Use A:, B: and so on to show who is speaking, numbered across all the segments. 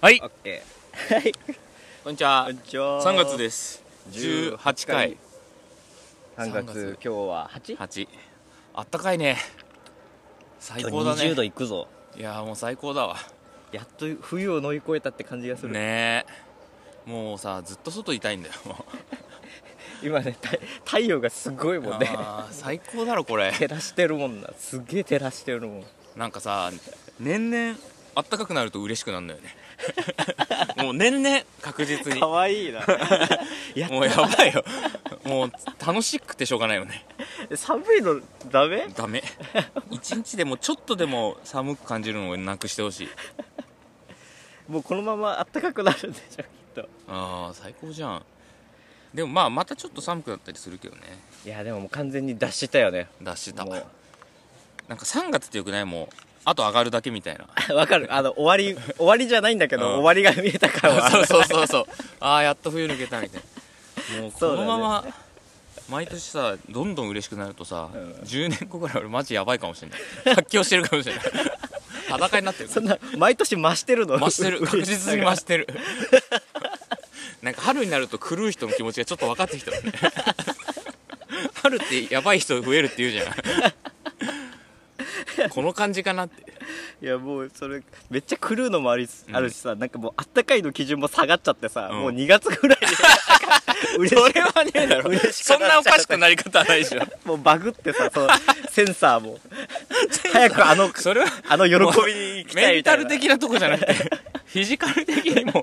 A: はい
B: オッケ
C: はい
A: こんにちは
B: ー。んにちは
A: 3月です18回
B: 3
A: 三
B: 月
A: 月
B: 今日は
C: 8?
A: 8あったかいね最
C: 今
A: 高だ
C: 日20
A: ね
C: 度いくぞ
A: いやもう最高だわ
B: やっと冬を乗り越えたって感じがする、
A: ねえもうさずっと外いたいんだよも
B: 今ね太太陽がすごいうもんね
A: あー最高だろこ れ
B: 照らしてるもんなすげえ照らしてるもん
A: なんかさ年々あったかくなると嬉しくなるんだよ ねもう年々確実に
B: わいいなや
A: もうやばいよもう楽しくてしょうがないよね
B: 寒いのダメ
A: ダ メ一日でもちょっとでも寒く感じるのをなくしてほしい
B: もうこのまま暖かくなるんでしょきっと
A: ああ最高じゃんでもまあまたちょっと寒くなったりするけどね
B: いやでももう完全に脱したよね
A: 出してた
B: もう
A: なんか3月ってよくないもうあと上がるだけみたいな
B: わかるあの終わり終わりじゃないんだけど、
A: うん
B: 終わりが見えたから は
A: そうそうそうそうああやっと冬抜けたみたいなもうこ
B: そうだ
A: の
B: ね
A: まま、毎年さどんどん嬉しくなるとさ、
B: うん
A: 10年後ぐらい俺マジやばいかもしれない発狂してるかもしれない裸になってる
B: そんな毎年増してるの
A: 増してる 確
B: 嬉し
A: 実
B: さ
A: に
B: が
A: 増してる なんか春になると狂う人の気持ちがちょっと分かってきた よね春ってやばい人増えるって言うじゃ んこの感じかなって
B: いやもうそれめっちゃ狂うのもありあるしさ、なんかもうあったかいの基準も下がっちゃってさ、
A: うん
B: もう2月ぐらいで嬉し
A: それはねえだろ
B: 嬉しく
A: そんなおかしく
B: い
A: なり方はないでしょ
B: もうバグってさその センサーも早く あの
A: それは
B: あの喜びに行きたい
A: メ
B: み
A: ンタ
B: たい
A: ル
B: な
A: 的なとこじゃなくてフィジカル的にも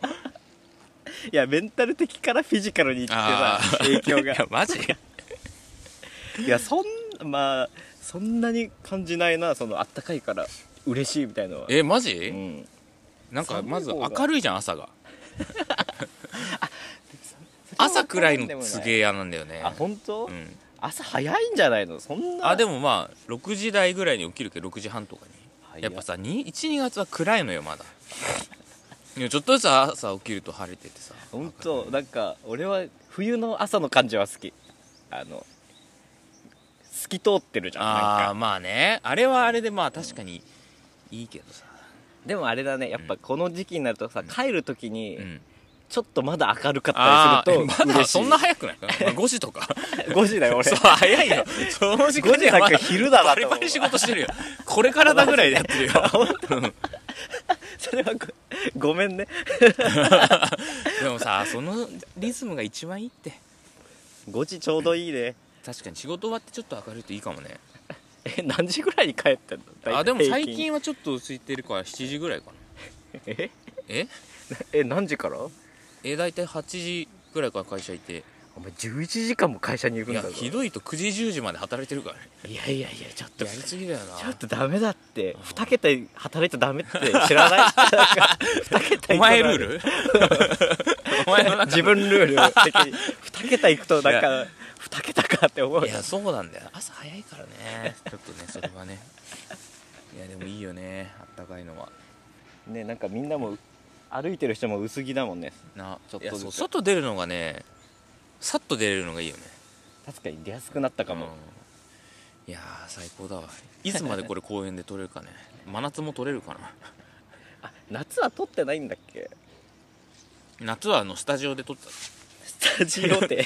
B: いやメンタル的からフィジカルに行ってさ
A: あー
B: 影響 が
A: いやマジ
B: いやそんまあそんなに感じないなそのあったかいから嬉しいみたいのは
A: えマ
B: う
A: ジ
B: ん
A: なんかまず
B: 寒い方が
A: 明るいじゃん 朝が朝くらいのすげえ嫌なんだよね
B: あ本当、
A: うん
B: 朝早いんじゃないのそんな
A: あでもまあ6時台ぐらいに起きるけど6時半とか
B: 早
A: にや
B: っ
A: っぱさ12月は暗いのよま だでもちょっとずつ朝起きると晴れててさ
B: 本当なんか俺は冬の朝の感じは好きあの透き通ってるじゃん
A: あ
B: な
A: あ
B: んか
A: まあねあれはあれでまあ確かにいいけどさ
B: でもあれだねやっぱこの時期になるとさ、帰る時に
A: うん
B: ちょっとまだ明るかっ
A: あ
B: たりす
A: ー
B: ると
A: えまだ
B: 嬉しい
A: そんな早く ない、まあ、5時とか
B: 5時だよ俺
A: そう早いよその時間にはま
B: 5時なんか昼だな
A: バ
B: と
A: リ
B: 思う
A: バリ仕事してるよこれからだぐらいでやって るよ
B: それはごごめんね
A: でもさそのリズムが一番いいって
B: 5時ちょうどいいね
A: 確かに仕事終わってちょっと明るいといいかもね
B: え何時ぐらいに帰ってんの大体
A: あでも最
B: 平均
A: 近はちょっと空いてるから7時ぐらいかな
B: え
A: え
B: え何時からお
A: え大体8時ぐらいから会社行って
B: 前11時間も会社に行く
A: い
B: んだ
A: や
B: ぞ
A: ひどいと9時10時まで働いてるからね
B: いやいやいやちょっと
A: やりすぎだよな
B: ちょっとダメだって2桁働いちゃダメって知らな いなんか
A: お
B: 2桁いくと
A: 前ルール お前の中
B: 自分ルール的 に2桁いくとなんか2桁かって思う
A: いやそうなんだよ朝早いからねちょっとねそれはねいやでもいいよねあったかいのは
B: ねなんかみんなも歩いてる人も薄着だもんね
A: なち
B: ょっとずつ
A: 外出るのがねさっと出れるのがいいよね
B: 確かに出やすくなったかも、
A: うんいやー最高だわいつまでこれ公園で撮れるかね真夏も撮れるかな
B: あ夏は撮ってないんだっけ
A: 夏はあのスタジオで撮った
B: スタジオ で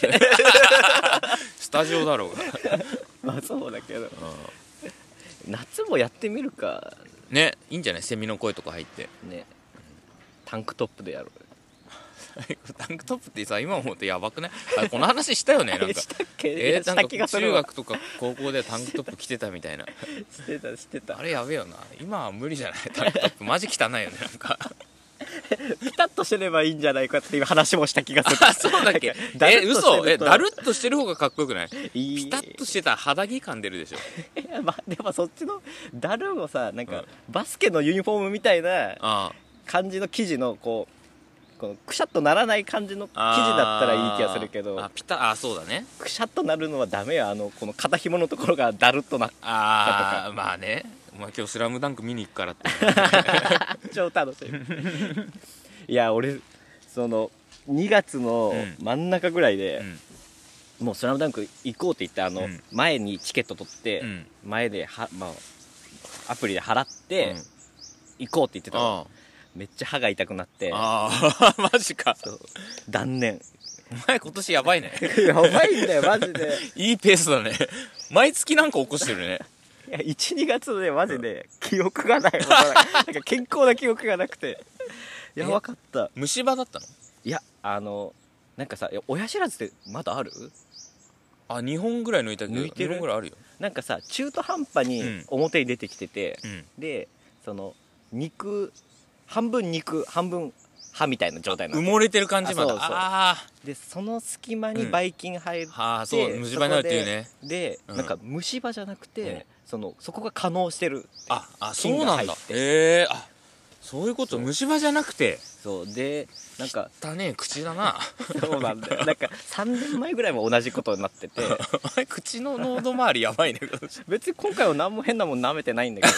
A: スタジオだろう が
B: まあそうだけど夏もやってみるか
A: ねいいんじゃないセミの声とか入 って
B: ねタンクトップでやろう
A: タンクトップってさ今思うとやばくないあれこの話したよねなんか
B: したっけ、
A: えー、
B: し
A: な
B: た
A: ん
B: 気が
A: か
B: す
A: 中
B: るわ
A: 学とか高校でタンクトップ着てたみたいな
B: してたしてた
A: あれやべえよな今は無理じゃないタンクトップマジ汚いよねなんか
B: ピタッとしてればいいんじゃないかって今話もした気がする
A: そうだっけ
B: だるっ
A: え
B: としてる
A: 嘘
B: と
A: えだるっとしてる方がかっこよくない
B: いい
A: ピタッとしてたら肌着感出るでしょ
B: いやまあ、でもそっちのダルもさなん
A: う
B: か、
A: ん
B: バスケのユニフォームみたいな
A: あ
B: 感じの生地のこうこのくしゃっとならない感じの生地
A: あ
B: だったらいい気がするけ
A: あ
B: ど
A: ピタあそうだね
B: くしゃっとなるのはダメよあのこの肩紐のところがダルっとなっ
A: ああまあねお前今日「スラムダンク見に行くから って
B: 超楽しいいや俺その2月の
A: うん
B: 真ん中ぐらいで、
A: うん
B: もう「スラムダンク行こうって言ってあの、
A: うん
B: 前にチケット取って、
A: うん
B: 前では、まあ、アプリで払って、
A: うん
B: 行こうって言ってたの
A: あ
B: めっちゃ歯が痛くなって
A: ああ マジか
B: そう断念
A: お前今年 やばいね
B: やばいんだよマジで
A: いいペースだね毎月なんか起こしてるね
B: いや12月でマジで記憶 がないなんか健康な記憶がなくてやばかった
A: 虫歯だったの
B: いやあのなんかさいや親知らずってまだある
A: あ2本ぐらい抜いたけど
B: 抜いてる
A: 2本ぐらいあるよ
B: なんかさ中途半端
A: う
B: に
A: ん
B: 表に出てきてて、
A: うん
B: でその肉半分肉半分歯みたいな状態な
A: 埋
B: の
A: もれてる感じまだ
B: あそうそう
A: あ
B: でその隙間に
A: うん
B: ばい菌入って、
A: あはあそう虫歯になるっていうね
B: そこでで、
A: うん
B: なんか虫歯じゃなくて、
A: うん
B: そのそこが可能してる
A: ああそ
B: 菌
A: う
B: が
A: な
B: 入
A: ん
B: って
A: だええあそういうこと
B: そう
A: 虫歯じゃなくて
B: そうでなんか
A: だね口だな
B: そうなんだよなんか3年前ぐらいも同じことになってて
A: お前口の濃度周りやばいね
B: 別に今回は何も変なもん舐めてないん だけど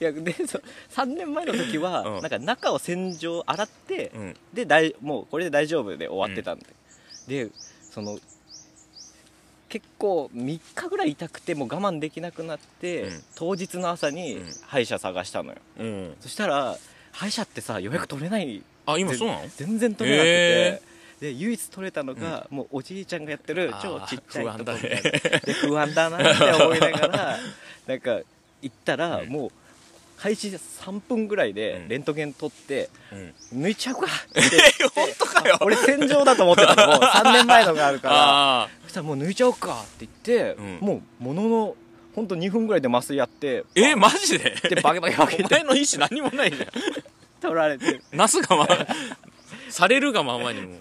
B: いやでそ3年前の時は、
A: うん
B: なんか中を洗浄洗って、
A: うん
B: でだいもうこれで大丈夫で終わってたんで、でその結構3日ぐらい痛くてもう我慢できなくなって、
A: うん
B: 当日の朝に
A: うん
B: 歯医者探したのよ、
A: うん
B: そしたら歯医者ってさ予約取れない
A: あ今そうなの
B: 全然取れなくて、
A: へ
B: で唯一取れたのが、もうおじいちゃんがやってる超ちっちゃい
A: あー不安だね
B: とこみたいなで不安だなって思いなが らなんか行ったら、
A: うん
B: もう開始3分ぐらいで
A: うん
B: レントゲン取って、
A: うん
B: 抜いちゃうか
A: え本当かよ
B: 俺洗浄だと思ってたのもう3年前のがあるから
A: あ
B: そしたらもう抜いちゃおうかって言って、
A: うん
B: もうもののほんと2分ぐらいで麻酔やって
A: ーえマジで
B: でバケバケバケっ
A: お
B: て
A: 前の意思何もないじゃん
B: 取られて
A: なすがままされるがままにも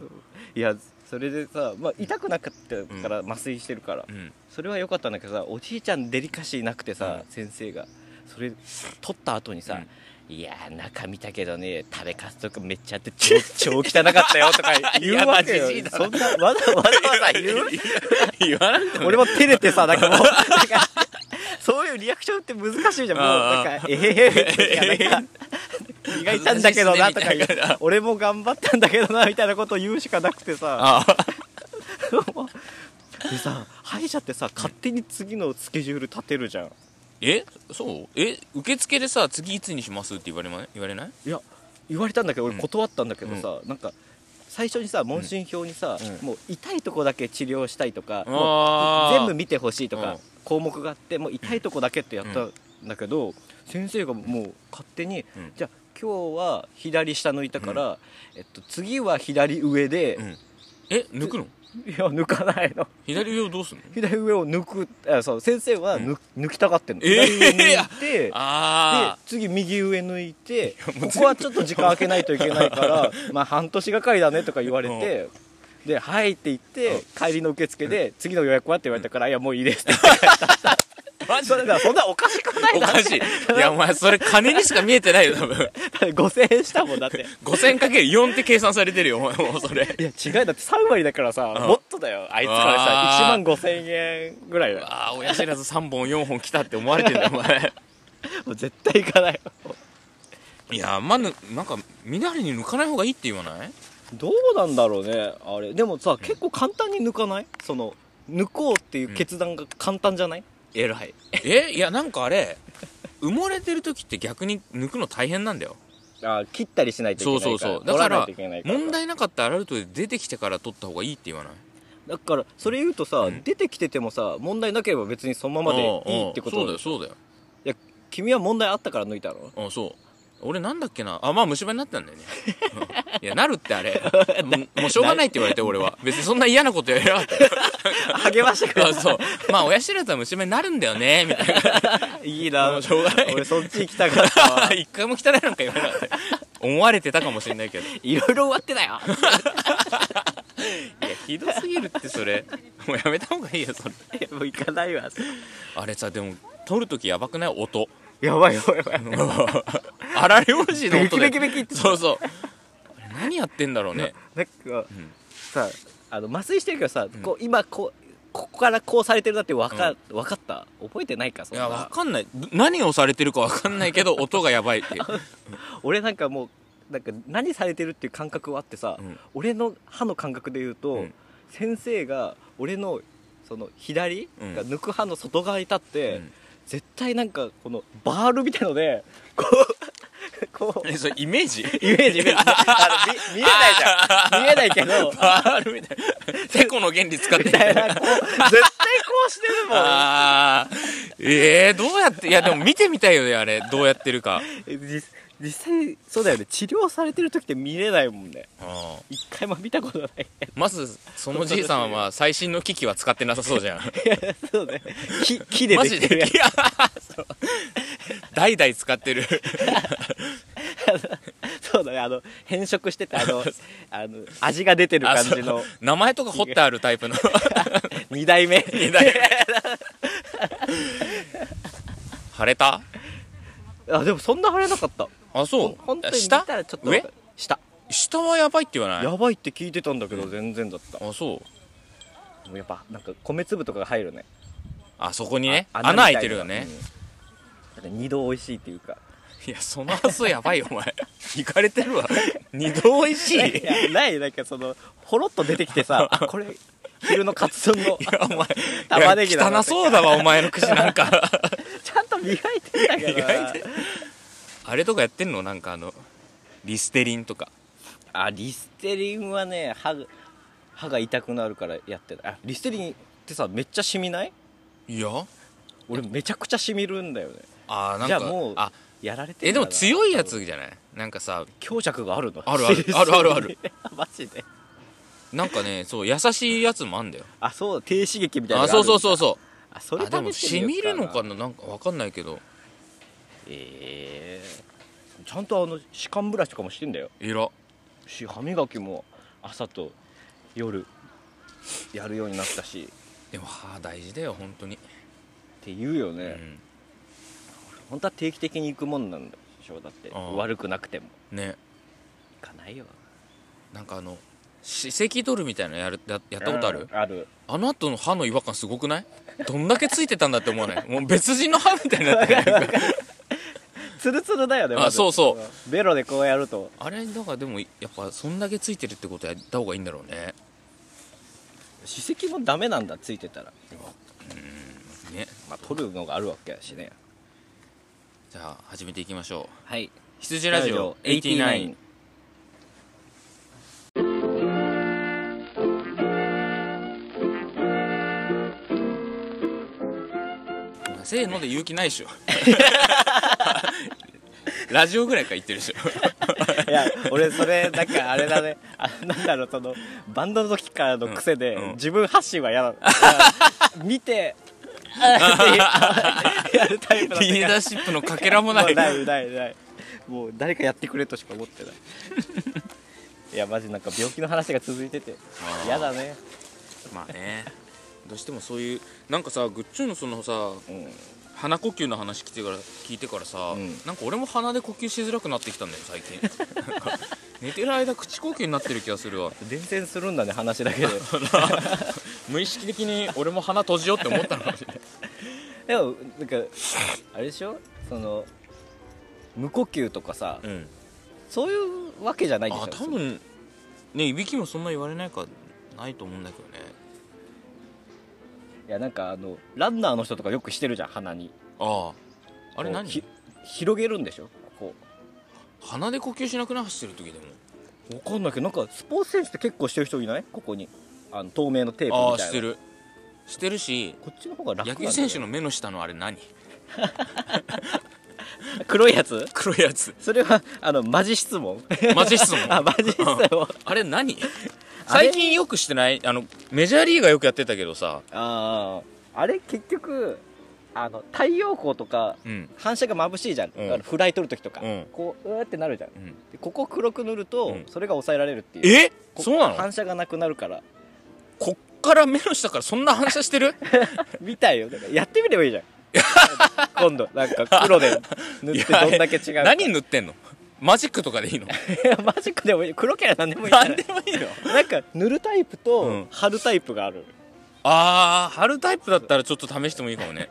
B: いやそれでさ、まあ、痛くなかったから麻酔してるから、
A: うん
B: それは良かったんだけどさおじいちゃんデリカシーなくてさ、
A: う
B: 先生がそれ取った後に
A: う
B: さ
A: ん
B: 「いやー中見たけどね食べかすとかめっちゃあって超超汚かったよ」とか言うわけよ
A: いや
B: そんなわざわざわざ言う
A: 言わなくても
B: 俺も照れてさなんかもうなんかそういうリアクションって難しいじゃんもう
A: あ
B: なん
A: あ
B: か「えへへ」みたいななんか「胃が痛んだけどな」とか言
A: 恥
B: う
A: ずかしいっすねみたいな
B: 俺も頑張ったんだけどな」みたいなことを言うしかなくてさ
A: ああ
B: でさ歯医者ってさ勝手に次のスケジュール立てるじゃん
A: えそうえ受付でさ次いつにしますって言われま言われない
B: いや言われたんだけど
A: うん
B: 俺断ったんだけどさ、なんか最初にさ問診票にさ、
A: うん
B: もう痛いとこだけ治療したいとか、も
A: あ
B: う
A: ー
B: 全部見てほしいとか、
A: うん
B: 項目があってもう痛いとこだけってやったんだけど、先生がもう勝手に、
A: うん
B: じゃあ今日は左下抜いたから、えっと、次は左上で、
A: うんえ抜くの
B: いや抜かないの
A: 左上をどうすんの
B: 左上を抜くあそう先生は抜,、抜きたがってんの、
A: えー
B: 左上抜い てで
A: あ
B: 次右上抜いて
A: もう全部
B: ここはちょっと時間空けないといけないから まあ半年がかりだねとか言われてで「はい」って言って帰りの受付で「次の予約は?」って言われたから「いやもういいです」って
A: あマジ
B: それだからそんなおかしくない
A: お
B: だ
A: かしいいやお前それ金にしか見えてないよ多分
B: 5000円したもんだって
A: 5000かける4って計算されてるよお前もうそれ
B: いや違うだって3割だからさ
A: うん
B: もっとだよあいつからさ
A: あ
B: 1
A: ー
B: 万5000円ぐらいだよ
A: ああ親知らず3本4本来たって思われてんだよお前
B: もう絶対行かないよ
A: いやまぬなんか乱れに抜かない方がいいって言わない
B: どうなんだろうねあれでもさ結構簡単に抜かないその抜こうっていう決断が簡単じゃない偉い
A: えいやなんかあれ埋もれてる時って逆に抜くの大変なんだよ
B: あ切ったりしないといけ
A: そ
B: な
A: う
B: いか
A: そ
B: ら
A: うそうだ
B: 取
A: からら
B: ないといけないから
A: 問題なかったらアラルトで出てきてから取った方がいいって言わない
B: だからそれ言うとさ、
A: うん
B: 出てきててもさ問題なければ別にそのままでいいってこ
A: そ
B: と
A: うだよそうだよ
B: いや君は問題あったから抜いたろ
A: あそう俺なんだっけなあまあ虫歯になったんだよねうんいやなるってあれもうもうしょうがないって言われて俺は別にそんな嫌なことやらなかっ
B: 励ましてく
A: た
B: れ
A: あそうまあ親知らずは虫歯になるんだよねみたいな
B: ないいな
A: もうしょうがない
B: 俺そっち行きたかったわ
A: 一回も汚いなんか言わなかった思われてたかもしれないけ どい
B: いろいろ終わってたよ
A: やひどすぎるってそ れもうやめた方がいいよそれ
B: いやもう行かないわ
A: あれさでも撮るときやばくない音
B: やばいやばいやばい
A: あら漁師の
B: ベ
A: 音
B: キ
A: で
B: ベキベキって
A: そうそうあれ何やってんだろうね
B: なんか、さあの麻酔してるけどさ、こう今こうここからこうされてるなって分か,、分かった覚えてないかそ
A: い
B: んな
A: やわかんないど何をされてるかわかんないけど音がやばいっていう
B: 俺なんかもうなんか何されてるっていう感覚はあってさ、
A: うん
B: 俺の歯の感覚で言うと、
A: うん
B: 先生が俺のその左
A: うん
B: が抜く歯の外側に立って、
A: うん
B: 絶対なんかこのバールみたいのでこうこ う
A: えそれイメージ
B: イメージイメージあの見見えないじゃん見えないけど
A: バールみたいなテコの原理使って
B: み
A: み
B: た
A: た
B: い
A: いな
B: なこう 絶対こうしてるもん
A: あーえー、どうやっていやでも見てみたいよねあれどうやってるか
B: え実実際そうだよね治療されてる時って見れないもんね
A: うん
B: 一回も見たことない ね
A: まずそのじいさんは最新の機器は使ってなさそうじゃん
B: そうね木木で
A: マ
B: で
A: ジ
B: きてる
A: でい
B: や
A: やそう代々使ってる
B: つ そうだねあの変色しててあ のあの味が出てる
A: あ
B: 感
A: そ
B: じの
A: う名前とか彫ってあるタイプの
B: 2代目
A: 二代目腫れた
B: あでもそんな腫れなかった
A: あそ
B: 本当
A: う
B: に見
A: 下
B: たらちょっと
A: 上
B: 下
A: 下はやばいって言わない
B: やばいって聞いてたんだけど全然だった
A: あそう
B: もうやっぱなんか米粒とかが入るね
A: あそこにね
B: あ
A: 穴
B: みた
A: 開
B: ない
A: てるよね、
B: うんなんか二度美味しいっていうか
A: いやその発想やばいよお前いかれてるわ二度美味しい
B: いやないなんかそのほろっと出てき てさこれ昼のカツ丼の
A: い やお前
B: 玉ね
A: い
B: ぎだ
A: や
B: な
A: 汚そうだわお前の口なんか
B: ちゃんと磨いてんだけど
A: 磨い
B: な
A: てあれとかやってんのなんかあのリステリンとか
B: あリステリンはね歯が歯が痛くなるからやってるあリステリンってさめっちゃ染みない
A: いや
B: 俺めちゃくちゃ染みるんだよね
A: あーなんか
B: じゃあもう
A: あ
B: やられて
A: えで
B: んだな
A: も強いやつじゃないなんかさ
B: 強弱があるの
A: あるあ るあるあるある
B: マジで
A: なんか ねそう優しいやつもあんだよ
B: あそう低刺激みたいな
A: あそうそうそう
B: う
A: そ
B: あそうれ
A: あでも
B: 試して
A: 染
B: み
A: み
B: よ
A: る
B: う
A: のかななんかわかんないけど
B: ええちゃんとあの歯間ブラシとかもしてんだよ
A: いら
B: し歯磨きも朝と夜やるようになったしっ
A: でも歯大事だよ本当に、
B: て言うよね、
A: うん、
B: 本当は定期的に行くもんなんでしょだって
A: ああ
B: 悪くなくても
A: ね
B: 行かないよ
A: なんかあの歯石取るみたいなのやるややったことある、
B: うんある
A: あの後の歯の違和感すごく ないどんだけついてたんだって思わないもう別人の歯みたいになって ない
B: ツルツルだよね
A: あ
B: まず
A: そうそうん
B: ベロでこうやると
A: あれだからでもやっぱそんだけついてるってことやった方がいいんだろうね
B: 歯石もダメなんだついてたら、
A: ね
B: まあ、取るのがあるわけやしね
A: じゃあ始めていきましょう
B: はい
A: 羊ラジオ89せーので勇気ないでしょ ラジオぐらいから言ってるでし
B: いや俺それなんかあれだね あなんだろうそのバンドの時からの癖で、
A: うんうん
B: 自分発信は嫌だ見てあーってやるタイプだ
A: ょ
B: った
A: リー
B: か
A: ダーシップのかけらも
B: ら
A: な
B: もう
A: い
B: ないないないもう誰かやってくれとしか思ってない いやマジなんか病気の話が続いてて
A: あー
B: 嫌だね
A: まあねどうしてもそういうなんかさグッチョンのそのさ
B: うん
A: 鼻呼吸の話聞いてから聞いてからさ、
B: うん
A: なんか俺も鼻で呼吸しづらくなってきたんだよ最 近なんか寝てる間口呼吸になってる気がするわ
B: 伝染するんだね話 だけで
A: 無意識的に俺も鼻閉じようって思ったのかもしれない
B: でもなんかあれでしょその無呼吸とかさ、
A: うん
B: そういうわけじゃないんでしょ
A: あ多分ねいびきもそんな言われないからないと思うんだけどね
B: いやなんかあのランナーの人とかよくしてるじゃん鼻に
A: あああれ
B: こう
A: 何
B: ひ広げるんでしょこ
A: 鼻で呼吸しなくない走ってる時でも
B: うわかんないけどなんかスポーツ選手って結構してる人いないここにあの透明のテープみたいな
A: ああしてるしてるし
B: こっちの方が楽
A: 野
B: なんだよ
A: 球選手の目の下のあれ何
B: 黒いやつ
A: 黒いやつ
B: それはあのマジ質問
A: マジ質問
B: あマジ質問
A: あれ何最近よくしてないあのメジャーリーガーよくやってたけどさ
B: あああれ結局あの太陽光とか
A: うん
B: 反射が眩しいじゃん、
A: うん
B: あのフライ取る時とか、
A: うん
B: こううーってなるじゃん
A: うん
B: でここ黒く塗ると、
A: うん
B: それが抑えられるっていう
A: え
B: こ
A: そうなの
B: 反射がなくなるから
A: こっから目の下からそんな反射してる
B: みたいよだからやってみればいいじゃ ん今度なんか黒で塗ってどんだけ違うか
A: 何塗ってんのマジックとかでいい の
B: いやマジックでもいい黒キャラ何でもいいじゃ
A: 何
B: ん
A: でもいいの
B: なんか塗るタイプ
A: う
B: と
A: ん
B: 貼るタイプがある、
A: あー貼るタイプだったらちょっと試してもいいかもね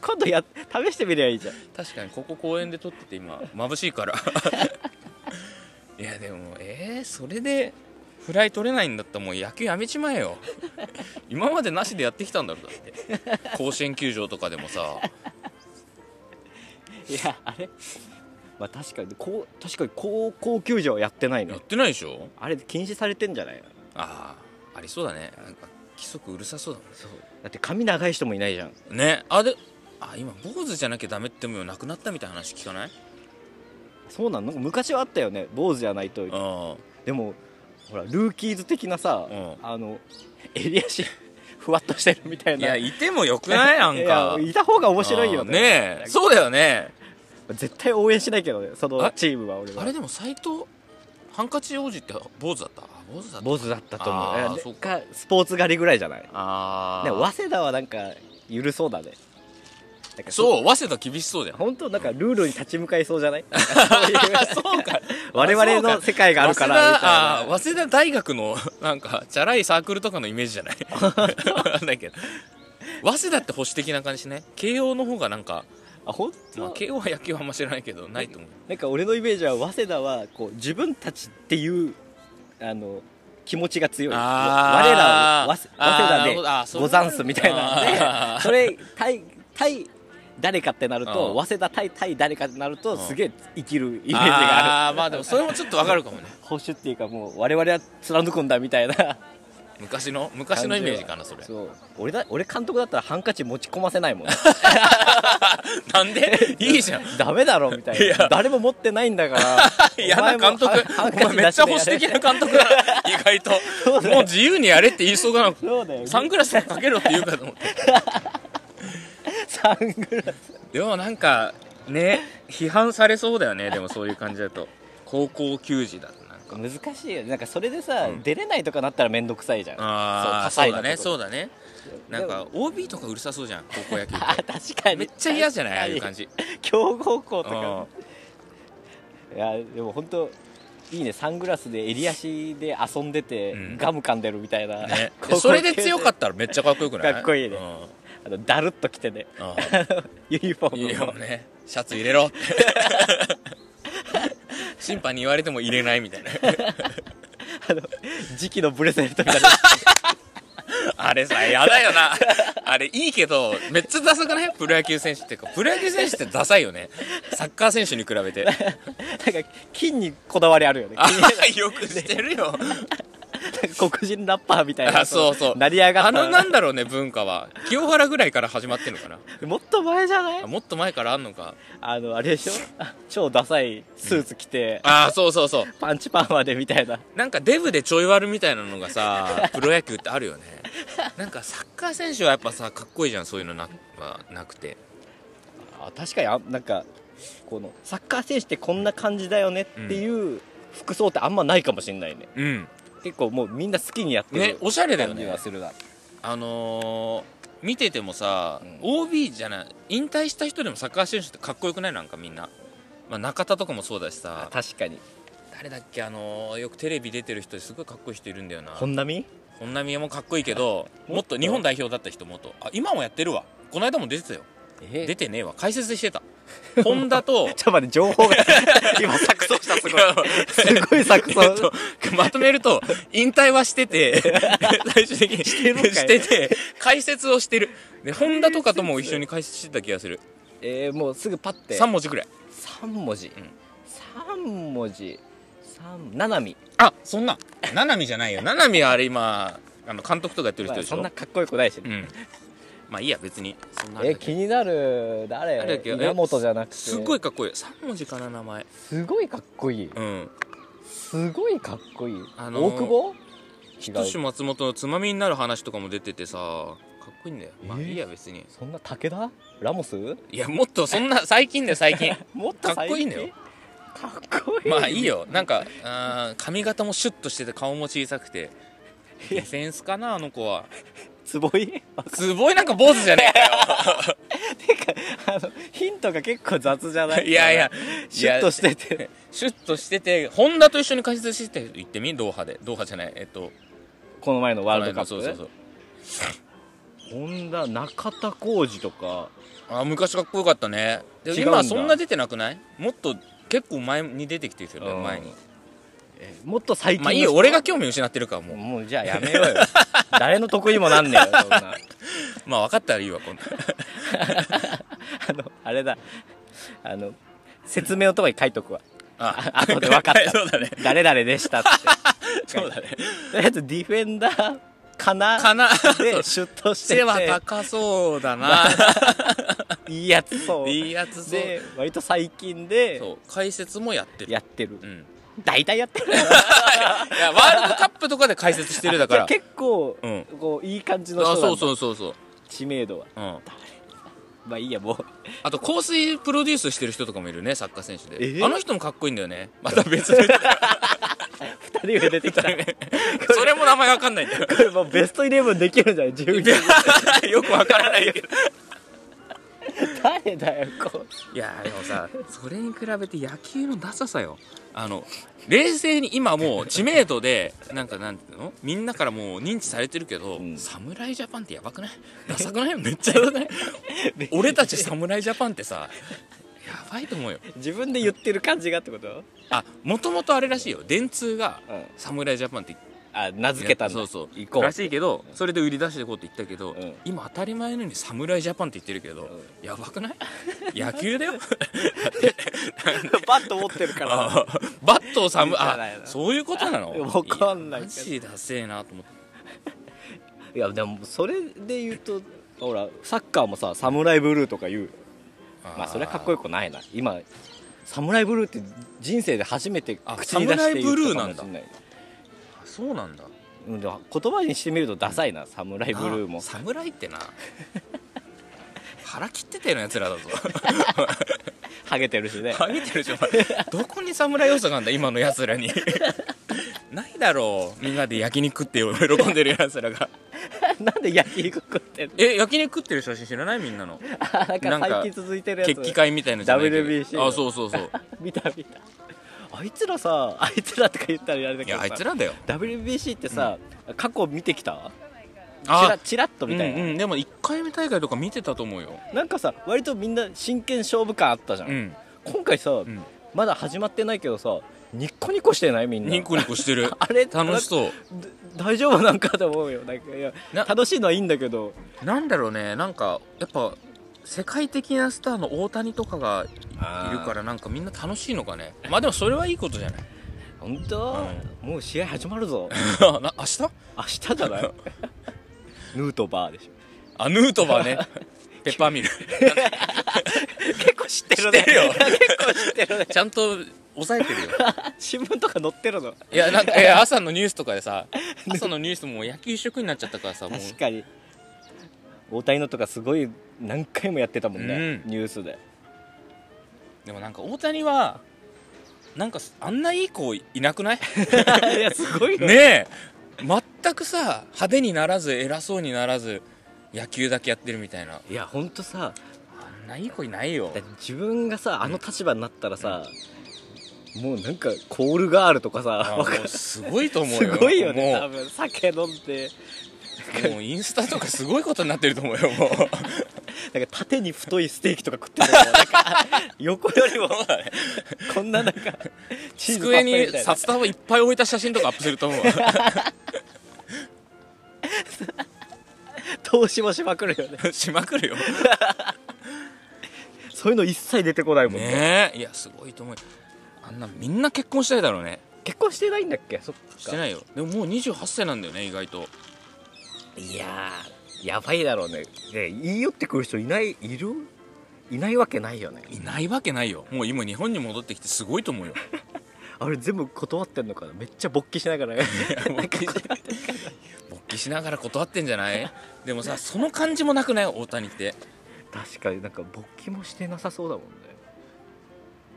B: 今度や試してみればいいじゃん
A: 確かにここ公園で撮ってて 今眩しいから いやでもえー、それでフライ取れないんだったらもう野球やめちまえ よ今までなしでやってきたんだろだって甲子園球場とかでもさ
B: いやあれ まあ確かにこう確かに高校球児はやってない
A: や
B: の
A: ってないでしょ
B: あれ禁止されてんじゃない
A: ああありそうだねなんか規則うるさそうだもんね
B: そうだって髪長い人もいないじゃん
A: ねあであ今坊主じゃなきゃダメってもうなくなったみたいな話聞かない
B: そうなのなんか昔はあったよね坊主じゃないと
A: うん
B: でもほらルーキーズ的なさ、
A: うん
B: あの襟足 ふわっとしてるみたい
A: い
B: な
A: やいてもよくないなん
B: い
A: か
B: やいた方が面白いよ
A: あー
B: ね
A: ねえそうだよね
B: 絶対応援しないけどねその
A: あ
B: チームは俺は
A: あれでも斎藤ハンカチ王子って坊主だったあ坊主だった
B: 坊主だったと思う
A: あー
B: いやで
A: そうか
B: かスポーツ狩りぐらいじゃないで
A: ああ
B: も早稲田はなんか緩そうだねなんか
A: そう早稲田厳しそうじ ゃん
B: 本当なんかルールに立ち向かいそうじ ゃないそういう
A: そうか
B: 我々の世界があるからみたい
A: 早稲田あー早稲田大学の なんかチャラいサークルとかのイメージじゃない なんだけど早稲田って保守的な感じしね慶応の方がなんか、
B: なあ本当、
A: まあ、慶応は野球はあんま知らないけどないと思う
B: なんか俺のイメージは早稲田はこう自分たちっていうあの気持ちが強い我ら
A: あー
B: をわせ早
A: あーなる
B: 稲
A: ほどあ
B: 田
A: ー
B: で
A: そう
B: ござんすみたいなん
A: あ
B: で
A: ー
B: それ対対誰かってなると
A: う
B: 早稲田対対誰かってなると
A: ん
B: すげえ生きるイメージがある
A: ああーまあでもそれもちょっとわかるかもね
B: 保守っていうかもう我々は貫くんだみたいな
A: 昔の昔のイメージかなそれ
B: そう俺だ俺監督だったらハンカチ持ち込ませないもん
A: なん でいいじゃん
B: ダメだろみたいない
A: や
B: 誰も持ってないんだから
A: 嫌な監督
B: ハン
A: お
B: カ
A: 前
B: チ
A: め
B: 出
A: っち
B: して
A: ゃ保
B: やれ
A: 守的な監督 だな意外と
B: そうだよ
A: もう自由にやれって言いそうだな
B: そうだよ
A: サングラスかけろって言うかと思って
B: サングラス
A: でもなんかね批判されそうだよねでもそういう感じだと高校球児だとなんか
B: 難しいよねなんかそれでさ、出れないとかなったら面倒くさいじゃん
A: ああ
B: そ
A: そううだねそううだねなんか OB とかうるさそうじゃん高校野 球
B: あ確かに
A: めっちゃ嫌じゃないああいう感
B: じ
A: じ
B: 強豪校とか
A: う
B: いやでも本当いいねサングラスで襟足で遊んでて、
A: うん
B: ガム噛んでるみたいな、
A: んね
B: 高校
A: それで強かったらめっちゃかっこよくない
B: かっこいいね
A: うんうん
B: あのだるっと着てねユニフォーム
A: い
B: も
A: いよねシャツ入れろって 審判に言われても入れないみたいな
B: あの時期のブレゼントみたいな
A: あれさやだよなあれいいけどめっちゃダサくないプロ野球選手っていうかプロ野球選手ってダサいよねサッカー選手に比べて
B: なんか金にこだわりあるよね
A: あよくしてるよ
B: なんか 黒人ラッパーみたいな
A: あそうそう
B: 成り上がった
A: あのなんだろうね文化は清原ぐらいから始まってんのかな
B: もっと前じゃない
A: あもっと前からあんのか
B: あのあれで しょあ超ダサいスーツ着て、
A: ああそうそうそう
B: パンチパンまでみたいな
A: なんかデブでちょい悪みたいなのがさ プロ野球ってあるよねなんかサッカー選手はやっぱさかっこいいじゃんそういうのなはなくて
B: あ確かにあなんかこのサッカー選手ってこんな感じだよねっていう服装ってあんまないかもしれないね
A: うん
B: 結構もうみんな好きにやってる
A: ねおしゃれだよ
B: 感じ
A: ね
B: はするな
A: あのー見ててもさ、
B: ん
A: OB じゃない引退した人でもサッカー選手ってかっこよくないなんかみんな、まあ、中田とかもそうだしさ
B: 確かに
A: 誰だっけあのーよくテレビ出てる人ですごいかっこいい人いるんだよな
B: 本並
A: 本並もかっこいいけど
B: もっと
A: もっと日本代表だった人もっとあ今もやってるわこの間も出てたよ
B: え
A: 出てねえわ解説して た本田 と
B: ちょっと待って情報が今錯綜したすごい
A: いや
B: すごい錯綜、
A: えっと、まとめると、引退はして て、最終的にして
B: るんかい
A: て、解説をしてる。で、本田とかとも一緒に解説してた気がする。
B: えー、もうすぐパッて
A: 3文字くらい。
B: 三文字、
A: ん
B: 三文字三ななみ
A: あ、そんな。ななみじゃないよ。ななみはあれ今、あの、監督とかやってる人でしょ。
B: そんなかっこよくないし、ね
A: うん。まあいいや、別に。そんなあれ
B: え
A: だけど
B: 気になる
A: あれ
B: 誰
A: だけどえ
B: 稲本じゃなくて
A: すっごいかっこいい。3文字かな、名前。
B: すごいかっこいい
A: うん。
B: すごいかっこいい、
A: あのー
B: 大久保
A: ひ
B: 違
A: と
B: う
A: し松本のつまみになる話とかも出ててさ、かっこいいんだよ。まあいいや、別に。
B: そんな武田ラモス
A: いや、もっとそんな、最近だよ、最 近。
B: もっ
A: かっこいいんだよ
B: かっこいい
A: まあいいよなんかあー髪型もシュッとしてて顔も小さくてディセンスかなあの子は
B: つぼい
A: すごいなんか坊主じゃね
B: あのヒントが結構雑じゃ
A: え
B: な
A: かよ
B: い
A: いやいや
B: シュッとして て
A: シュッとしてて本田と一緒に解説してて言ってみドーハでドーハじゃないえっと
B: この前のワールドカップ
A: そうそうそう
B: 本田中田浩二とか
A: あー昔かっこよかったねでも
B: 違うんだ
A: 今そんな出てなくないもっと結構前に出てきてるけど
B: うん
A: ね前に
B: えもっと最近の
A: まあいいよ俺が興味失ってるからもう
B: もうじゃあやめようよ 誰の得意もなんねえよそんな
A: まあ分かったらいいわ今度
B: あのあれだあの説明のとこに書いとくわ
A: あ
B: あ後で分かっ た
A: そうだね
B: 誰々でしたって
A: そうだね
B: とりあえずディフェンダーかな
A: かな
B: でシュッとしてて
A: 背は高そうだな
B: いいやつそう
A: いいやつそう
B: で割と最近で
A: そう解説もやってる
B: やってる
A: うん
B: 大体やってる
A: いやワールドカップとかで解説してる だから
B: じゃあ結構、
A: うん
B: こういい感じの人
A: あ
B: なんだ
A: そうそうそうそう、
B: 知名度は
A: うん、
B: まあいいやもう
A: あと香水プロデュースしてる人とかもいるねサッカー選手で、
B: えー
A: あの人もかっこいいんだよねまた別の人
B: 二人が出てきたこ
A: それも名前わかんないんだよ
B: れもうベストイレブンできるんじゃない自分で
A: よくわからないけど
B: 誰だよこ
A: いやでもさそれに比べて野球のダサさよあの冷静に今もう知名度でなんかなんていうのみんなからもう認知されてるけど、
B: ん
A: 侍ジャパンってやばくないダサくないめっちゃダサくない俺たち侍ジャパンってさやばいと思うよ
B: う自分で言ってる感じがってこと
A: あもともとあれらしいよ電通が
B: うん
A: 侍ジャパンって
B: あ名付けたんだ
A: そうそう
B: 行 こう
A: らしいけどそれで売り出していこうって言ったけど、
B: ん
A: 今当たり前のように侍ジャパンって言ってるけど、やばくない野球 だよ
B: バット持ってるか
A: あ バットを
B: い
A: 侍
B: いじゃない
A: あ
B: の
A: そういうことなの
B: わかんないけど
A: マジダセえなと思って
B: いやでもそれで言うとほらサッカーもさ「サムライブルー」とか言うよまあそれはかっこよくないな今「サムライブルー」って人生で初めて
A: あ
B: 口に出して言ったかもし
A: サ
B: れ
A: ム
B: ない
A: あそうなんだ
B: うんでも言葉にしてみるとダサいな「サムライブルー」も
A: な侍って な腹切ってたようなやつらだぞ
B: ハゲてるしね
A: ハゲてるじゃんどこに侍要素があんだ今のやつらに ないだろうみんなで焼肉食って喜んでるやつらが
B: なんで焼き肉食ってる
A: え焼肉食ってる写真知らないみんなの
B: あ な
A: な
B: んか
A: んか
B: 最近続いてるやつ
A: 決起会みたいなじゃないけど
B: WBC の
A: あそうそうそう
B: 見た見たあいつらさあいつらとか言ったらあれだ
A: い
B: けど
A: や
B: さ
A: あいつら だよ
B: WBC ってさ、過去見てきたチラ
A: あ
B: チラッと
A: うん
B: み
A: う
B: たいな、
A: んでも1回目大会とか見てたと思うよ
B: なんかさ割とみんな真剣勝負感あったじゃん、
A: うん
B: 今回さ、
A: ん
B: まだ始まってないけどさニッコニコしてないみんな
A: ニコニコ してる
B: あれ
A: 楽しそう
B: だ大丈夫なんかと思うよなんかいや
A: な
B: 楽しいのはいいんだけど
A: なんだろうねなんかやっぱ世界的なスターの大谷とかがいるからなんかみんな楽しいのかねまあでもそれはいいことじゃない
B: 本当、もう試合始まるぞ
A: な明日
B: 明日じゃない ヌートバーでしょ
A: あヌートバー ねペッパーミル
B: 結構知ってる
A: ね
B: 結構知ってる ね
A: ちゃんと抑えてるよ
B: 新聞とか載ってるの
A: いやなんかいや朝のニュースとかでさ 朝のニュースもう野球一色になっちゃったからさもう
B: 確かに大谷のとかすごい何回もやってたもんね、
A: うん
B: ニュースで
A: でもなんか大谷はなんかあんないい子いな くない
B: いやすごいよ
A: ねえ全くさ派手にならず偉そうにならず野球だけやってるみたいない
B: やほんとさ
A: あんないい子いないよ
B: だって自分がさあの立場になったらさ、もうなんかコールガールとかさ
A: あ
B: わかる
A: もうすごいと思う
B: す
A: よ
B: ごいよね多
A: も
B: 分酒飲んで
A: うもうインスタとかすごいことになってると思 うよもう
B: なんか縦に太いステーキとか食ってるのもなんか 横よ りもこんななんかチーズパ
A: 机
B: スタみ
A: に
B: たいな
A: 札束いっぱい置いた写真とかアップすると思うわ
B: 投資もしまくるよね
A: しまくるよ
B: そういうの一切出てこないもんね
A: ねえいやすごいと思うよあんなみんな結婚したいだろうね
B: 結婚してないんだっけそっか
A: してないよでももう28歳なんだよね意外と
B: いやーやばいだろうねねえ言い寄ってくる人いないいるいないわけないよね
A: いないわけないよもう今日本に戻ってきてすごいと思うよ
B: あれ全部断ってんのかなめっちゃ勃起しながら
A: 勃起し勃起しながら断ってんじゃない でもさその感じもなくない大谷って
B: 確かになんか勃起もしてなさそうだもん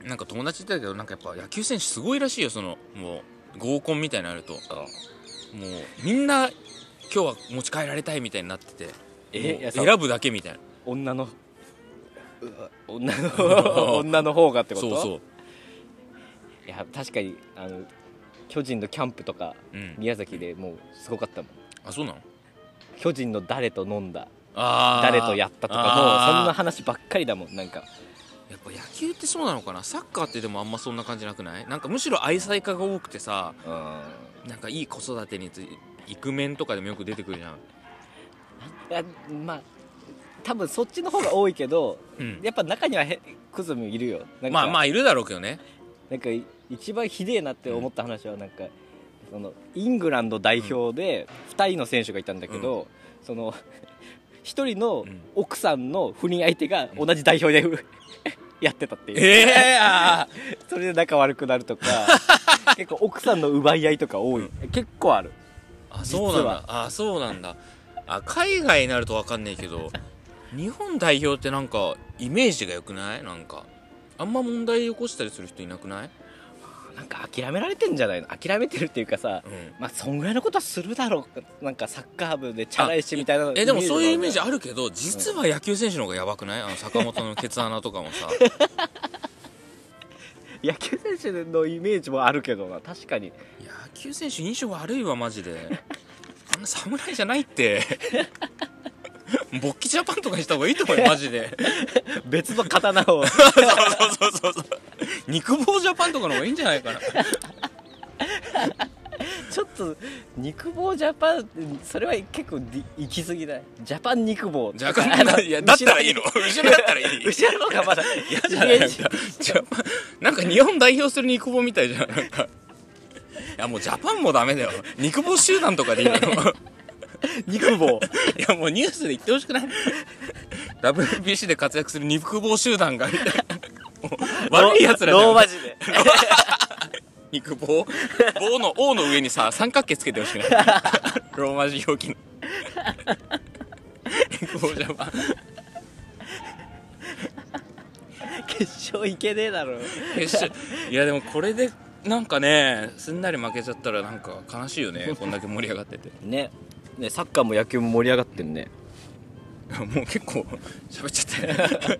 B: ね
A: なんか友達言ってたけどなんかやっぱ野球選手すごいらしいよそのもう合コンみたいなのあるともうみんな今日は持ち帰られたいみたいになってて
B: え
A: もう
B: いやさ
A: 選ぶだけみたいな
B: 女のうわ女 の女の方がってこと
A: そうそう
B: いや確かにあの巨人のキャンプとか
A: うん
B: 宮崎でもうすごかったもん
A: あそうなの
B: 巨人の誰と飲んだ
A: あー
B: 誰とやったとかもう
A: あー
B: そんな話ばっかりだもんなんか
A: やっぱ野球ってそうなのかなサッカーってでもあんまそんな感じなくないなんかむしろ愛妻家が多くてさ
B: うん
A: なんかいい子育てについイクメンとかでもよく出てくるじゃん、
B: いやまあ多分そっちの方が多いけど
A: うん、
B: やっぱ中にはへクズもいるよなんか
A: まあまあいるだろうけどね
B: なんかい一番ひでえなって思った話はなんか、そのイングランド代表で2人の選手がいたんだけど、その 一人の
A: うん
B: 奥さんの不倫相手が同じ代表で やってたっていう、
A: ええあ
B: それで仲悪くなるとか結構奥さんの奪い合いとか多い、結構ある
A: あそうなんだ
B: 実は
A: あそうなんだあ海外になると分かんないけど日本代表ってなんかイメージが良くないなんかあんま問題起こしたりする人いなくない
B: なんか諦められてんじゃないの諦めてるっていうかさ、
A: うん
B: まあそんぐらいのことはするだろうなんかサッカー部でチャラいしみたいな
A: えでもそういうイメージ
B: あ
A: あるけど実は野球選手の方がやばくないあの坂本のケツ穴とかも さ
B: 野球選手のイメージもあるけどな確かに
A: 野球選手印象悪いわマジであんな侍じゃないって 勃起ジャパンとかにした方がいいと思うよマジで
B: 別の刀を
A: そうそうそうそう肉棒ジャパンとかの方がいいんじゃない かな
B: ちょっと肉棒ジャパンそれは結構ディ行き過ぎないジャパン肉棒
A: ジャパンいやだったらいいの後ろだったらいい
B: 後ろの方がまだ嫌
A: じゃないなんかジャパンなんか日本代表する肉棒みたいじゃんなんかいやもうジャパンもダメだよ肉棒集団とかでいいのい
B: 肉棒
A: やもうニュースで言ってほしくない WBC で活躍する肉棒集団がみたいなもう悪いやつらじゃん
B: ローマ字で
A: 肉 棒棒の O の上にさ三角形つけてほしくない ローマ字表記の肉棒ジ ャパン
B: 決勝いけねえだろ
A: 決勝いやでもこれでなんかねすんなり負けちゃったらなんか悲しいよねこんだけ盛り上が ってて
B: ねねサッカーも野球も盛り上がってんね
A: もう結構喋っちゃっ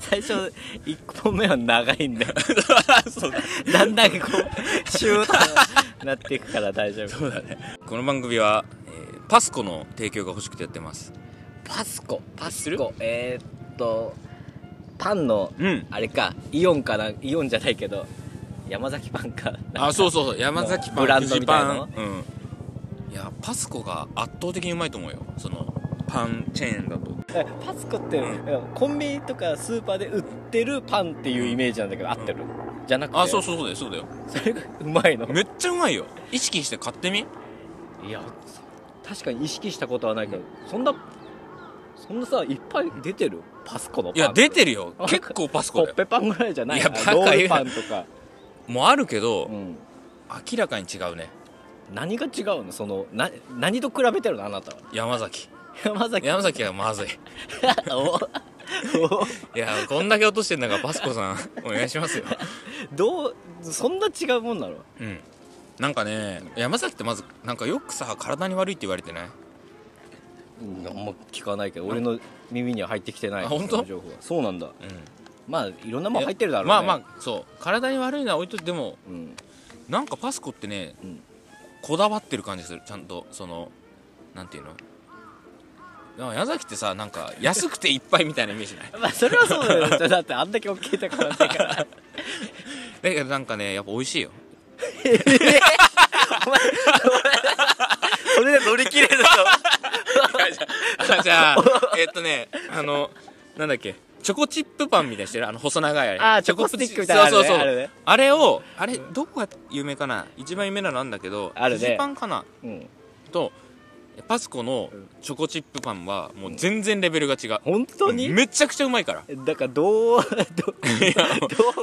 B: 最初1本目は長いんだよ
A: た そうだ
B: だんだんこうシューッとなっていくから大丈 夫
A: そうだねこの番組は、えーパスコの提供が欲しくてやってます
B: パスコパ
A: す
B: ス
A: る
B: コえー、っとパンの、
A: うん
B: あれかイオンかなイオンじゃないけど山崎パンか
A: あそうそうそう山崎パン
B: ブランドみたいなの
A: フジパンうんいやパスコが圧倒的にうまいと思うよそのパンチェーンだと
B: えパスコって、コンビニとかスーパーで売ってるパンっていうイメージなんだけど合ってる、じゃなくて
A: あそうそうそうだよそうだよ
B: それがうまいの
A: めっちゃうまいよ意識して買ってみ
B: いや確かに意識したことはないけど、そんなそんなさいっぱい出てるパスコのパン
A: いや出てる よ結構パスコだ
B: コッ
A: よ
B: ペパンぐらいじゃない
A: いや
B: あ
A: バカ
B: ロー
A: 言う
B: ル
A: な
B: パンとか、
A: もうあるけど、
B: うん、
A: 明らかに違うね
B: 何が違うのそのな何と比べてるのあなたは
A: 山崎
B: 山崎
A: 山崎はまずい
B: おお
A: いやこんだけ落としてんだからパスコさんお願いし ますよ
B: どうそんな違うもんなの
A: うんなんかね山崎ってまずなんかよくさ体に悪いって言われてない
B: あんま聞かないけど俺の耳には入ってきてない
A: あ本当
B: その情報はそうなんだ
A: うん
B: まあいろんなもん入ってるだろうね
A: まあまあそう体に悪いのは置いといてでも
B: うん
A: なんかパスコってね、
B: うん
A: こだわってる感じするちゃんとそのなんていうのなんか矢崎ってさなんか安くていっぱいみたいなイメージない
B: まあそれはそうだよ ねだってあんだけ大きいところだから
A: だけどなんかねやっぱ美味しいよ
B: お前それで乗り切れるの
A: あじ ゃあえっとねあのなんだっけチョコチップパンみたいにしてるあの細長いあれ
B: あーチョコスティックみたいなのあるね
A: そうそう
B: あ
A: そうあれ,、
B: るね
A: をあれどこが有名かな一番有名なのあんだけど
B: あるね
A: フジパンかな
B: うん
A: とパスコのチョコチップパンはもう全然レベルが違う、
B: 本当に
A: めちゃくちゃうまい から
B: だからどうどうど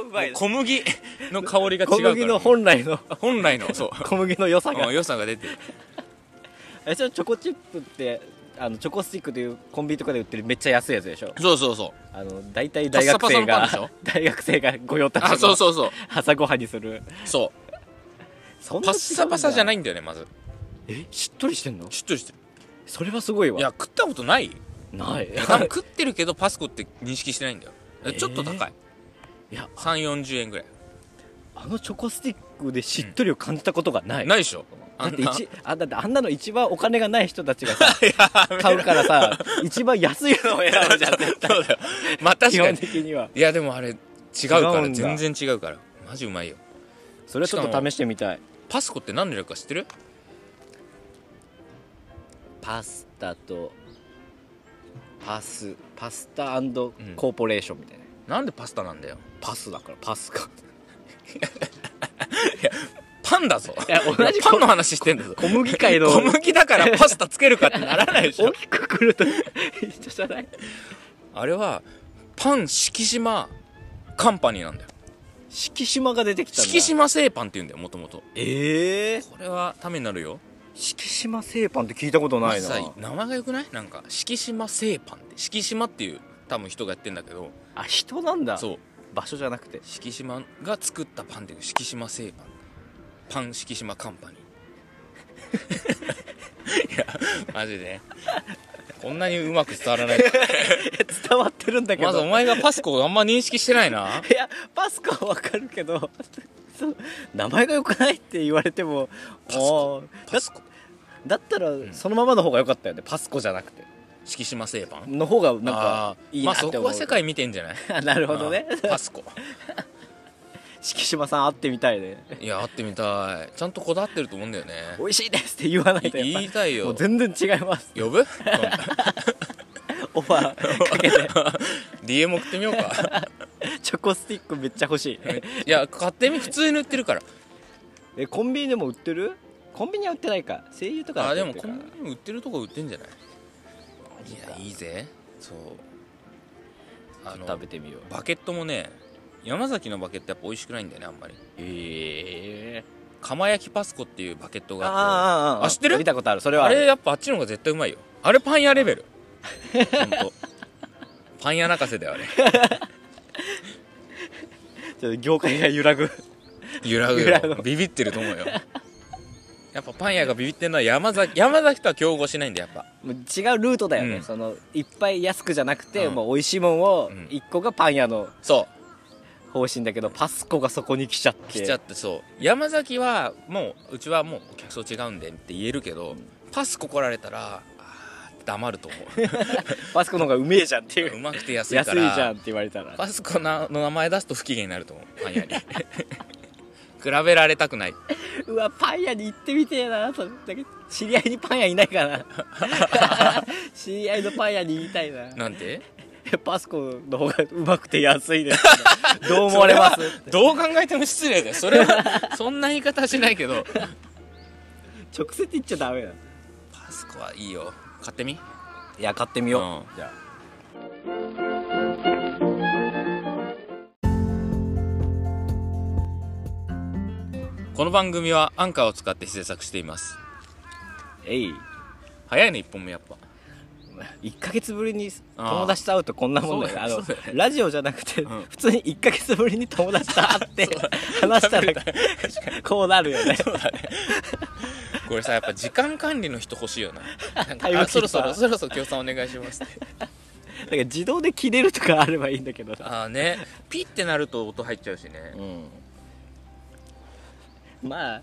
B: ううまいの
A: 小麦の香りが違うか
B: 小
A: ら
B: 麦の本来の
A: 本来のそう
B: 小麦の良さが
A: うん良さが出てる
B: あれでしょチョコチップってあのチョコスティックというコンビニとかで売ってるめっちゃ安いやつでしょ
A: そうそうそう
B: あの大体大学生
A: パ
B: が
A: ッサパサのパン
B: 大学生が御用達
A: あそう
B: の
A: そうそう
B: 朝ごはんにする
A: そ
B: そん
A: う
B: な
A: パッ
B: 違うんだ
A: サパサじゃないんだよねまず
B: えしっとりしてんの
A: しっとりしてる
B: それはすごいわ
A: いや食ったことない
B: ない
A: 多分食ってるけどパスコって認識してないんだよちょっと高い、
B: いや
A: 3 4 0円ぐらい
B: あのチョコスティックでしっとりを感じたことがない、
A: ないでしょあ
B: だっ
A: ん
B: て
A: な
B: 一あだってあんなの一番お金がない人たちがさ
A: や
B: 買うからさ一番安いのを選ぶじゃん絶 対
A: そうだよまあ確
B: 基
A: か
B: 本
A: に
B: 的にはい
A: やでもあれ違うか
B: 違う
A: ら
B: ん
A: 全
B: だ
A: 然違うからマジうまいよ
B: それはちょっ
A: しか
B: と
A: も
B: 試してみたい
A: パスコって何の略か知ってる
B: パスタとパスパスタコーポレーションみたいな、
A: なんでパスタなんだよ
B: パスだからパスか
A: パンだぞ
B: いや同じ
A: パンの話してんだぞ
B: 小麦界の
A: 小麦だからパスタつけるかってならないでし ょ
B: 大きくくると一緒じゃない
A: あれはパン敷島カンパニーなんだよ
B: 敷島が出てきたんだ
A: 敷島製パンって言うんだよもともと
B: ええ
A: これはためになるよ
B: 敷島製パンって聞いたことないな、
A: まずさ名前がよくないなんか敷島製パンって敷島っていう多分人がやってんだけど
B: あ人なんだ
A: そう
B: 場所じゃなくて
A: 敷島が作ったパンっていう敷島製パンパン敷島カンパニー いやマジでねこんなにうまく伝わらない
B: 伝わってるんだけど、
A: まずお前がパスコをあんま認識してないない
B: やパスコはわかるけどそう名前が良くないって言われても
A: パスコ
B: あー
A: パスコ
B: だだったらそのままの方が良かったよねパスコじゃなくて
A: 敷島製パン
B: の方がなん
A: あ
B: か
A: ー
B: いい
A: ま
B: な
A: あ
B: って
A: そ
B: 思う、
A: こは世界見てんじゃない
B: なるほどね
A: あーパスコ
B: 敷島さん会ってみたいね
A: いや会ってみたいちゃんとこだわってると思うんだよね
B: 美味しいですって言わない
A: い
B: とやっぱ
A: 言いたい
B: も
A: よ
B: う全然違います
A: 呼ぶ
B: オファーかけて
A: DM 送ってみようか
B: チョコスティックめっちゃ欲しい
A: いや買ってみ普通に売ってるから
B: えコンビニでも売ってるコンビニは売ってないか声優とか
A: あ
B: だ
A: で
B: と売
A: も
B: ってる
A: コ
B: かな
A: ンビニ売ってるとこ売ってんじゃないいやいいぜそうあの
B: 食べてみよう
A: バケットもね山崎のバケットやっぱ美味しくないんだよねあんまり
B: ええ
A: 釜焼きパスコっていうバケット
B: あ
A: が
B: あ
A: あって
B: あああ
A: あ知ってる
B: 見たことあるそれ
A: あ
B: はある
A: れやっぱあっちの方が絶対うまいよあれパン屋レ ベルほんとパン屋泣かせだよ あれ
B: ちょっと業界が揺 らぐ
A: 揺らぐ
B: 揺らぐ
A: よビビってると思うよやっぱパン屋がビビってるのは山崎山崎とは競合しないんだよやっぱ
B: もう違うルートだよね、
A: うん
B: そのいっぱい安くじゃなくて、
A: うん
B: もう美味しいもんを
A: うん
B: 一個がパン屋の
A: そう
B: 方針だけどパスコがそこに来ちゃって
A: 来ちゃってそう山崎はもううちはもうお客層違うんでって言えるけど、パスコ来られたらあー黙ると思
B: パスコの方がうめえじゃんっていう
A: う
B: う
A: まくて安い
B: 安
A: か
B: い
A: ら
B: じゃんって言われたら
A: パスコなの名前出すと不機嫌になると思うパン屋に 比べられたくないう
B: わパン屋に行ってみてえなそれだけ知り合いにパン屋いないか な知り合いのパン屋に言いたいな
A: なんて
B: パスコの方がうまくて安いですって どう思われます
A: それはどう考えても失礼だよそれはそんな言い方はしないけど
B: 直接言っちゃダメだ
A: パスコはいいよ買ってみ
B: いや買ってみ
A: よう
B: じゃ
A: この番組はアンカーを使って制作しています
B: えい
A: 早いね一本目やっぱ
B: 1か月ぶりに
A: あー
B: 友達と会うとこんなもんだよあ
A: そ
B: の
A: うだよそうだよ
B: ラジオじゃなくて、
A: ん
B: 普通に1か月ぶりに友達と会って 話したらこうなるよね
A: これさやっぱ時間管理の人欲しいよななんか
B: タイム
A: あ
B: キーパー
A: そろそろそろそろ協賛お願いしますって
B: だから自動で切れるとかあればいいんだけどさ
A: ああねピッてなると音入っちゃうしね
B: まあ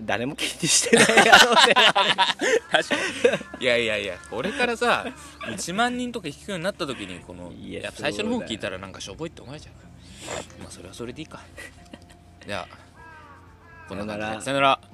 B: 誰も気にしてないやろうね
A: 確かにいやいやいやこれからさ1万人とか聞くようになった時にこの
B: いや
A: やっぱ最初の
B: そ
A: 方
B: うだよ
A: 聞いたらなんかしょぼいって思われちゃう からまあそれはそれでいいかじゃあこんな感じで
B: さよなら
A: さよなら